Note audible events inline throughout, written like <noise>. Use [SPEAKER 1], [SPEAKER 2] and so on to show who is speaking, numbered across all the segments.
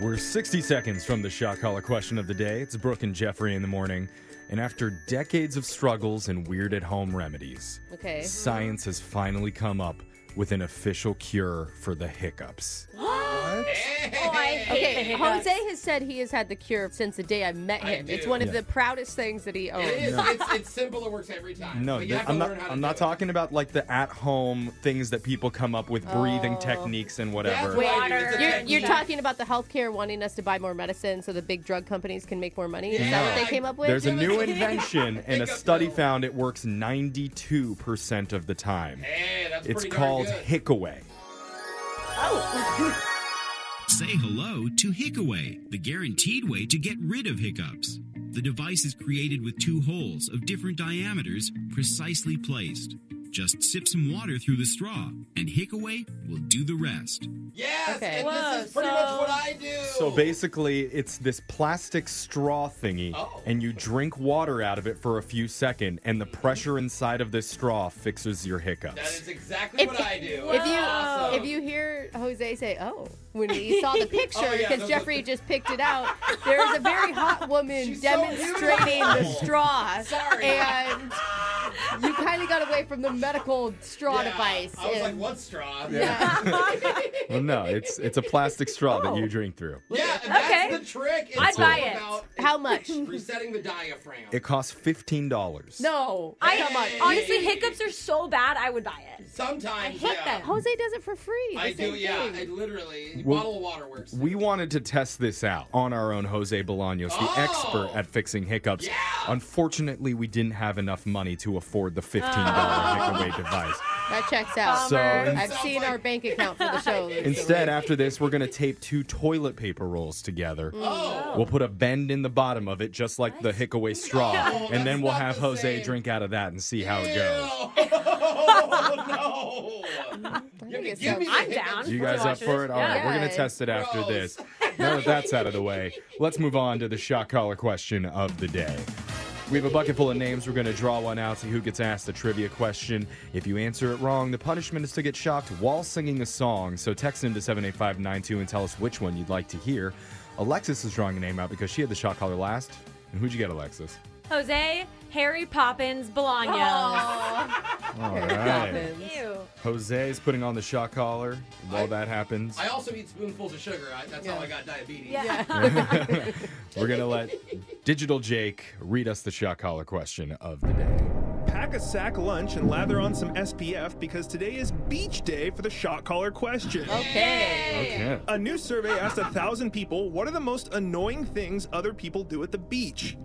[SPEAKER 1] We're 60 seconds from the shot collar question of the day. It's Brooke and Jeffrey in the morning. And after decades of struggles and weird at home remedies, <laughs>
[SPEAKER 2] Okay.
[SPEAKER 1] science has finally come up with an official cure for the hiccups.
[SPEAKER 2] Okay, Jose has said he has had the cure since the day I met
[SPEAKER 3] I
[SPEAKER 2] him. it's
[SPEAKER 3] do.
[SPEAKER 2] one of
[SPEAKER 1] Yeah.
[SPEAKER 2] the proudest things that he
[SPEAKER 3] It
[SPEAKER 2] owns.
[SPEAKER 3] is. It's, it's simple. It works every time.
[SPEAKER 1] No,
[SPEAKER 3] but you
[SPEAKER 1] th-
[SPEAKER 3] have to
[SPEAKER 1] I'm not.
[SPEAKER 3] learn how to
[SPEAKER 1] I'm
[SPEAKER 3] do
[SPEAKER 1] not
[SPEAKER 3] it.
[SPEAKER 1] talking about like the at-home things that people come up with, breathing
[SPEAKER 3] Oh.
[SPEAKER 1] techniques and whatever.
[SPEAKER 3] Wait,
[SPEAKER 4] Water.
[SPEAKER 3] it's a
[SPEAKER 2] You're,
[SPEAKER 3] Yeah.
[SPEAKER 2] you're talking about the healthcare wanting us to buy more medicine so the big drug companies can make more money. Is that
[SPEAKER 1] Yeah.
[SPEAKER 2] what they came up with?
[SPEAKER 1] There's a
[SPEAKER 3] <laughs>
[SPEAKER 1] new invention, and a
[SPEAKER 3] Hiccup
[SPEAKER 1] study
[SPEAKER 3] pill.
[SPEAKER 1] found it works 92% of the time.
[SPEAKER 3] Hey, that's
[SPEAKER 1] It's
[SPEAKER 3] pretty
[SPEAKER 1] called
[SPEAKER 3] darn good.
[SPEAKER 1] Hickaway.
[SPEAKER 5] Say hello to Hickaway, the guaranteed way to get rid of hiccups. The device is created with two holes of different diameters precisely placed. Just sip some water through the straw, and Hickaway will do the rest.
[SPEAKER 3] Yes,
[SPEAKER 2] Okay.
[SPEAKER 3] and
[SPEAKER 4] Whoa,
[SPEAKER 3] this is pretty
[SPEAKER 4] so-
[SPEAKER 3] much what I do.
[SPEAKER 1] So basically, it's this plastic straw thingy,
[SPEAKER 3] Oh.
[SPEAKER 1] and you drink water out of it for a few seconds, and the pressure inside of this straw fixes your
[SPEAKER 3] that
[SPEAKER 1] hiccups.
[SPEAKER 3] is exactly what I do.
[SPEAKER 2] If you
[SPEAKER 3] Awesome.
[SPEAKER 2] if you hear Jose say, "Oh," when he
[SPEAKER 3] <laughs>
[SPEAKER 2] saw the picture,
[SPEAKER 3] Oh, yeah,
[SPEAKER 2] because
[SPEAKER 3] those
[SPEAKER 2] Jeffrey just picked it out, there is a very
[SPEAKER 3] <laughs>
[SPEAKER 2] hot woman
[SPEAKER 3] She's so
[SPEAKER 2] demonstrating the
[SPEAKER 3] beautiful.
[SPEAKER 2] straw,
[SPEAKER 3] Sorry.
[SPEAKER 2] and you kind of got away from the medical straw
[SPEAKER 3] Yeah,
[SPEAKER 2] device.
[SPEAKER 3] I was like,
[SPEAKER 2] and-
[SPEAKER 3] what straw?
[SPEAKER 1] Yeah. well, no, it's it's a plastic straw
[SPEAKER 3] Oh.
[SPEAKER 1] that you drink through.
[SPEAKER 3] Yeah, and that's
[SPEAKER 4] Okay.
[SPEAKER 3] the trick. It's
[SPEAKER 4] I'd
[SPEAKER 3] all
[SPEAKER 4] buy it.
[SPEAKER 3] about
[SPEAKER 2] how much? <laughs>
[SPEAKER 3] resetting the diaphragm.
[SPEAKER 1] It costs fifteen dollars.
[SPEAKER 2] no,
[SPEAKER 4] I
[SPEAKER 2] how much?
[SPEAKER 4] honestly hiccups are so bad. I would buy it.
[SPEAKER 3] Sometimes,
[SPEAKER 4] I hate
[SPEAKER 3] yeah.
[SPEAKER 4] them.
[SPEAKER 2] Jose does it for free.
[SPEAKER 3] I
[SPEAKER 2] the
[SPEAKER 3] do,
[SPEAKER 2] same
[SPEAKER 3] yeah. I
[SPEAKER 2] thing.
[SPEAKER 3] literally,
[SPEAKER 1] Well,
[SPEAKER 3] bottle of water works.
[SPEAKER 1] We wanted to test this out on our own Jose Bolaños, the
[SPEAKER 3] Oh.
[SPEAKER 1] expert at fixing hiccups.
[SPEAKER 3] Yeah.
[SPEAKER 1] Unfortunately, we didn't have enough money to afford the $15 Hickaway
[SPEAKER 3] <laughs>
[SPEAKER 1] device.
[SPEAKER 2] That checks out.
[SPEAKER 1] So in-
[SPEAKER 2] I've
[SPEAKER 3] Sounds
[SPEAKER 2] seen
[SPEAKER 3] like-
[SPEAKER 2] our bank account for the show.
[SPEAKER 1] instead, after this, we're going to tape two toilet paper rolls together.
[SPEAKER 3] oh,
[SPEAKER 1] We'll put a bend in the bottom of it, just like the Hickaway straw, and then
[SPEAKER 3] that's
[SPEAKER 1] we'll
[SPEAKER 3] not
[SPEAKER 1] have
[SPEAKER 3] the
[SPEAKER 1] Jose
[SPEAKER 3] same.
[SPEAKER 1] drink out of that and see how it
[SPEAKER 3] ew. <laughs>
[SPEAKER 1] goes.
[SPEAKER 3] Oh, no. You have to
[SPEAKER 2] it
[SPEAKER 3] give me
[SPEAKER 2] sounds-
[SPEAKER 3] the
[SPEAKER 4] I'm
[SPEAKER 3] hiccups.
[SPEAKER 4] down.
[SPEAKER 1] You
[SPEAKER 4] Wanna
[SPEAKER 1] guys up
[SPEAKER 4] watch
[SPEAKER 1] for
[SPEAKER 4] this?
[SPEAKER 1] it? All right, we're
[SPEAKER 2] Yeah.
[SPEAKER 1] going to test it after
[SPEAKER 3] Gross.
[SPEAKER 1] this. Now that that's out of the way, let's move on to the shot collar question of the day. We have a bucket full of names. We're going to draw one out, see who gets asked the trivia question. If you answer it wrong, the punishment is to get shocked while singing a song. So text into 78592 and tell us which one you'd like to hear. Alexis is drawing a name out because she had the shot collar last. And who'd you get, Alexis?
[SPEAKER 4] Jose, Harry Poppins, Bolaños.
[SPEAKER 1] All
[SPEAKER 2] Poppins.
[SPEAKER 4] Ew.
[SPEAKER 1] Jose is putting on the shot collar while
[SPEAKER 3] I-
[SPEAKER 1] that happens.
[SPEAKER 3] I also eat spoonfuls of sugar. I, that's how I got diabetes.
[SPEAKER 4] Yeah.
[SPEAKER 1] We're going to let Digital Jake read us the shot collar question of the day.
[SPEAKER 6] Pack a sack lunch and lather on some SPF because today is beach day for the shot collar question.
[SPEAKER 2] Okay.
[SPEAKER 1] Okay.
[SPEAKER 6] A new survey asked a thousand people what are the most annoying things other people do at the beach.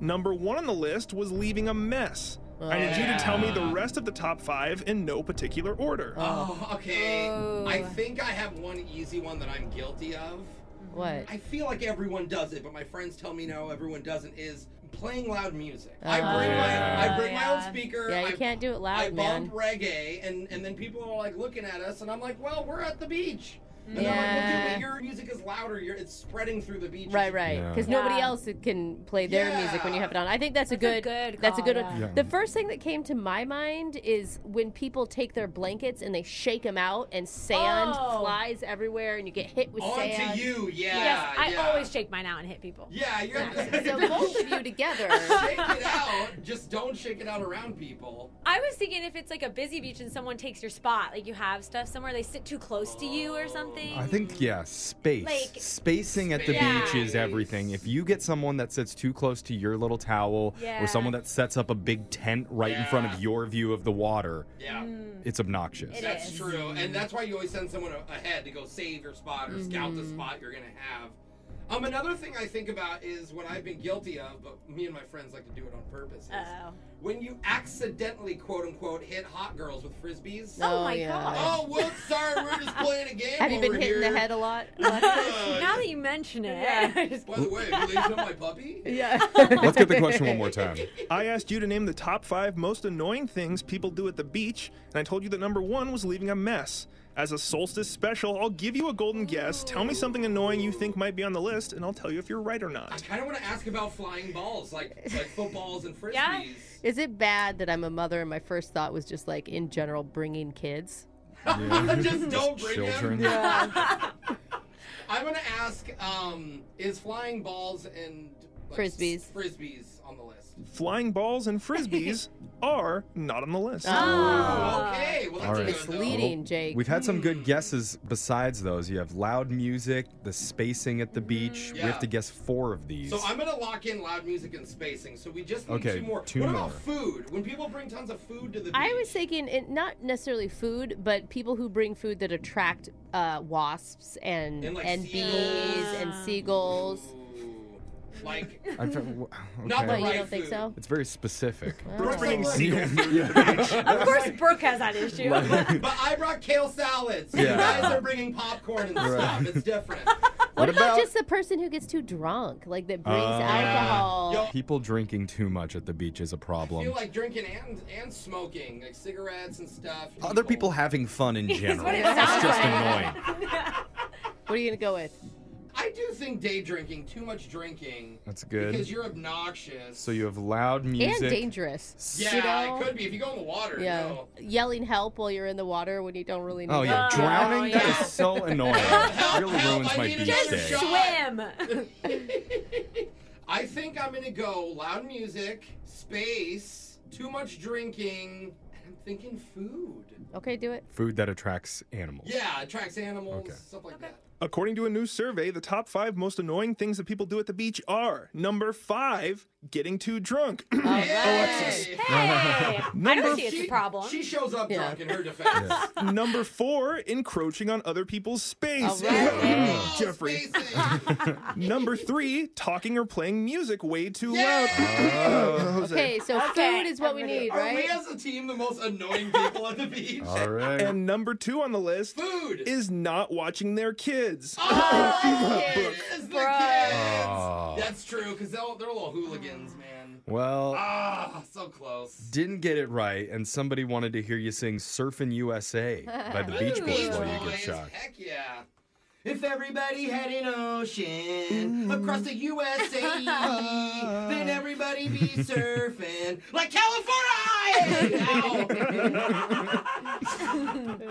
[SPEAKER 6] Number one on the list was leaving a mess. I need you to tell me the rest of the top five in no particular order.
[SPEAKER 3] <laughs> Oh, okay. I think I have one easy one that I'm guilty of.
[SPEAKER 2] What?
[SPEAKER 3] I feel like everyone does it, but my friends tell me no, everyone doesn't. Is playing loud music. I bring my I bring my own speaker.
[SPEAKER 2] Oh, Yeah, you
[SPEAKER 3] I,
[SPEAKER 2] can't do it loud,
[SPEAKER 3] I
[SPEAKER 2] man.
[SPEAKER 3] bump reggae, and and then people are like looking at us, and I'm like, well, we're at the beach. And they're like,
[SPEAKER 2] Yeah.
[SPEAKER 3] well, dude, your music is louder. Your it's spreading through the beach.
[SPEAKER 2] Right, right.
[SPEAKER 1] Yeah.
[SPEAKER 2] Because nobody
[SPEAKER 4] Yeah.
[SPEAKER 2] else can play their
[SPEAKER 3] Yeah.
[SPEAKER 2] music when you have it on. I think that's a
[SPEAKER 4] That's
[SPEAKER 2] good.
[SPEAKER 4] a good
[SPEAKER 2] that's a
[SPEAKER 4] call,
[SPEAKER 2] good one.
[SPEAKER 4] yeah.
[SPEAKER 1] Yeah.
[SPEAKER 2] The first thing that came to my mind is when people take their blankets and they shake them out, and sand
[SPEAKER 4] Oh.
[SPEAKER 2] flies everywhere, and you get hit with
[SPEAKER 3] On
[SPEAKER 2] sand.
[SPEAKER 3] to you. Yeah.
[SPEAKER 4] yes, I
[SPEAKER 3] yeah.
[SPEAKER 4] always shake mine out and hit people.
[SPEAKER 3] Yeah, you're.
[SPEAKER 2] So
[SPEAKER 3] <laughs>
[SPEAKER 2] both of you <laughs> together.
[SPEAKER 3] shake it out. Just don't shake it out around people.
[SPEAKER 4] I was thinking if it's like a busy beach and someone takes your spot, like you have stuff somewhere, they sit too close to you or something.
[SPEAKER 1] I think yeah, space.
[SPEAKER 4] Like-
[SPEAKER 1] Spacing at the
[SPEAKER 4] Space.
[SPEAKER 1] beach is everything. If you get someone that sits too close to your little towel
[SPEAKER 4] Yeah.
[SPEAKER 1] or someone that sets up a big tent right in front of
[SPEAKER 3] Yeah.
[SPEAKER 1] your view of the water,
[SPEAKER 3] Yeah.
[SPEAKER 1] it's obnoxious.
[SPEAKER 4] It
[SPEAKER 3] That's
[SPEAKER 4] is.
[SPEAKER 3] true, and that's why you always send someone a- ahead to go save your spot or scout the spot you're gonna have. Um, another thing I think about is what I've been guilty of, but me and my friends like to do it on purpose. Is
[SPEAKER 4] Uh-oh.
[SPEAKER 3] when you accidentally, quote unquote, hit hot girls with frisbees.
[SPEAKER 4] Oh, my
[SPEAKER 2] yeah.
[SPEAKER 4] God.
[SPEAKER 3] Oh, whoops! Sorry, we're
[SPEAKER 2] <laughs>
[SPEAKER 3] just playing a game.
[SPEAKER 2] Have you been
[SPEAKER 3] over
[SPEAKER 2] hitting
[SPEAKER 3] here.
[SPEAKER 2] the head a lot?
[SPEAKER 3] Uh,
[SPEAKER 4] now that you mention it,
[SPEAKER 3] <laughs> By the way, have you ladies know my puppy?
[SPEAKER 2] <laughs> <laughs> yeah.
[SPEAKER 1] Let's get the question one more time.
[SPEAKER 6] I asked you to name the top five most annoying things people do at the beach, and I told you that number one was leaving a mess. As a solstice special, I'll give you a golden guess. Tell me something annoying you think might be on the list, and I'll tell you if you're right or
[SPEAKER 3] I
[SPEAKER 6] not.
[SPEAKER 3] kind of want to ask about flying balls, like like footballs and frisbees.
[SPEAKER 4] Yeah.
[SPEAKER 2] Is it bad that I'm a mother and my first thought was just like in general bringing kids?
[SPEAKER 1] Yeah.
[SPEAKER 3] Just don't bring them.
[SPEAKER 1] Children.
[SPEAKER 3] I'm gonna ask: um, Is flying balls and like,
[SPEAKER 2] Frisbees.
[SPEAKER 3] frisbees on the list?
[SPEAKER 6] Flying balls
[SPEAKER 4] <laughs>
[SPEAKER 6] and frisbees are not on the list.
[SPEAKER 4] Oh.
[SPEAKER 3] okay, well
[SPEAKER 1] All
[SPEAKER 3] that's
[SPEAKER 1] right.
[SPEAKER 3] good, though.
[SPEAKER 2] Misleading. Eating, Jake.
[SPEAKER 1] We've had some good guesses besides those. You have loud music, the spacing at the beach. We have
[SPEAKER 3] Yeah.
[SPEAKER 1] to guess four of these.
[SPEAKER 3] So I'm gonna lock in loud music and spacing. So we just need
[SPEAKER 1] Okay,
[SPEAKER 3] two more.
[SPEAKER 1] two
[SPEAKER 3] what
[SPEAKER 1] more.
[SPEAKER 3] about food? When people bring tons of food to the beach,
[SPEAKER 2] I was thinking it, not necessarily food, but people who bring food that attract uh, wasps and
[SPEAKER 3] And, like,
[SPEAKER 2] and bees
[SPEAKER 3] seagulls.
[SPEAKER 2] and seagulls.
[SPEAKER 3] Ooh,
[SPEAKER 2] <laughs>
[SPEAKER 3] like
[SPEAKER 1] I'm trying- w-
[SPEAKER 3] Not
[SPEAKER 2] What
[SPEAKER 1] okay.
[SPEAKER 2] you
[SPEAKER 3] Right
[SPEAKER 2] don't think
[SPEAKER 3] food.
[SPEAKER 2] so?
[SPEAKER 1] It's very specific. <laughs>
[SPEAKER 3] Brooke
[SPEAKER 6] Bringing
[SPEAKER 3] brought-
[SPEAKER 6] seagull food to the
[SPEAKER 4] <laughs> Of course, Brooke has that issue.
[SPEAKER 3] But I brought kale salads.
[SPEAKER 1] Yeah.
[SPEAKER 3] You guys are bringing popcorn and stuff. It's
[SPEAKER 1] <laughs>
[SPEAKER 3] different.
[SPEAKER 2] What
[SPEAKER 1] What
[SPEAKER 2] about,
[SPEAKER 1] about-
[SPEAKER 2] just the person who gets too drunk, like that brings
[SPEAKER 1] Uh,
[SPEAKER 2] alcohol?
[SPEAKER 3] Ah. Yo,
[SPEAKER 1] People drinking too much at the beach is a
[SPEAKER 3] I
[SPEAKER 1] problem.
[SPEAKER 3] feel like drinking and and smoking, like cigarettes and stuff.
[SPEAKER 1] Other people having fun
[SPEAKER 3] <laughs>
[SPEAKER 1] in general.
[SPEAKER 4] what it
[SPEAKER 1] it's
[SPEAKER 4] sounds
[SPEAKER 1] just
[SPEAKER 4] like.
[SPEAKER 1] annoying.
[SPEAKER 2] What are you gonna go with?
[SPEAKER 3] I do think day drinking, too much drinking.
[SPEAKER 1] That's good.
[SPEAKER 3] Because you're obnoxious.
[SPEAKER 1] So you have loud music.
[SPEAKER 2] And dangerous.
[SPEAKER 3] Yeah,
[SPEAKER 2] you know?
[SPEAKER 3] it could be if you go in the water.
[SPEAKER 2] Yeah,
[SPEAKER 3] No. <laughs>
[SPEAKER 2] yelling help while you're in the water when you don't really need
[SPEAKER 1] Oh yeah,
[SPEAKER 4] Oh,
[SPEAKER 1] drowning. That
[SPEAKER 4] yeah.
[SPEAKER 1] is so annoying.
[SPEAKER 3] Help,
[SPEAKER 1] really
[SPEAKER 3] help,
[SPEAKER 1] ruins
[SPEAKER 3] I
[SPEAKER 1] my
[SPEAKER 3] need
[SPEAKER 1] beach
[SPEAKER 3] another
[SPEAKER 1] day.
[SPEAKER 3] shot.
[SPEAKER 4] Swim.
[SPEAKER 1] <laughs>
[SPEAKER 3] I think I'm gonna go loud music, space, too much drinking, and I'm thinking food.
[SPEAKER 2] it. Okay, do it.
[SPEAKER 1] Food that attracts animals.
[SPEAKER 3] Yeah, attracts animals,
[SPEAKER 1] Okay.
[SPEAKER 3] stuff like that.
[SPEAKER 6] According to a new survey, the top five most annoying things that people do at the beach are number five, getting too drunk. <clears throat>
[SPEAKER 3] Alexis.
[SPEAKER 4] Hey, I Oh. don't see it's a problem.
[SPEAKER 3] She shows up
[SPEAKER 2] Yeah.
[SPEAKER 3] drunk in
[SPEAKER 4] <laughs>
[SPEAKER 3] her defense.
[SPEAKER 6] number four, encroaching on other people's space.
[SPEAKER 2] All right.
[SPEAKER 1] Mm,
[SPEAKER 3] Oh,
[SPEAKER 6] <laughs> Jeffrey.
[SPEAKER 1] <laughs>
[SPEAKER 3] spacing.
[SPEAKER 6] Number three, talking or playing music way too
[SPEAKER 1] Oh,
[SPEAKER 6] loud. Jose.
[SPEAKER 2] Okay, so
[SPEAKER 4] Okay,
[SPEAKER 2] food is what we
[SPEAKER 4] I'm gonna-
[SPEAKER 2] need,
[SPEAKER 3] Are we
[SPEAKER 2] right?
[SPEAKER 3] as a team the most annoying people at
[SPEAKER 1] <laughs>
[SPEAKER 3] the beach?
[SPEAKER 1] All right.
[SPEAKER 6] And number two on the list
[SPEAKER 3] Food.
[SPEAKER 6] is not watching their kids.
[SPEAKER 3] Oh, it
[SPEAKER 2] Brooke.
[SPEAKER 3] is the kids.
[SPEAKER 1] Aw.
[SPEAKER 3] That's true, because they're, all- they're all hooligans, man.
[SPEAKER 1] well,
[SPEAKER 3] Ah, so close.
[SPEAKER 1] didn't get it right, and somebody wanted to hear you sing "Surfin' USA" by
[SPEAKER 3] <laughs>
[SPEAKER 1] the Beach Boys while you get
[SPEAKER 3] Boys,
[SPEAKER 1] shot.
[SPEAKER 3] Heck yeah. If everybody had an ocean across the USA,
[SPEAKER 1] <laughs>
[SPEAKER 3] then everybody be surfing like
[SPEAKER 1] <laughs>
[SPEAKER 3] California!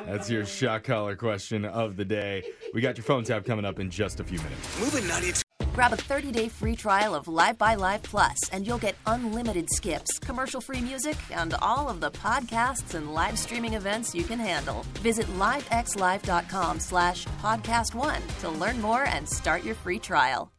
[SPEAKER 1] That's your shot collar question of the day. We got your phone tap coming up in just a few minutes.
[SPEAKER 7] Moving 92.
[SPEAKER 8] Grab a 30-day free trial of Live by Live Plus, and you'll get unlimited skips, commercial-free music, and all of the podcasts and live streaming events you can handle. Visit livexlive.com slash podcast one to learn more and start your free trial.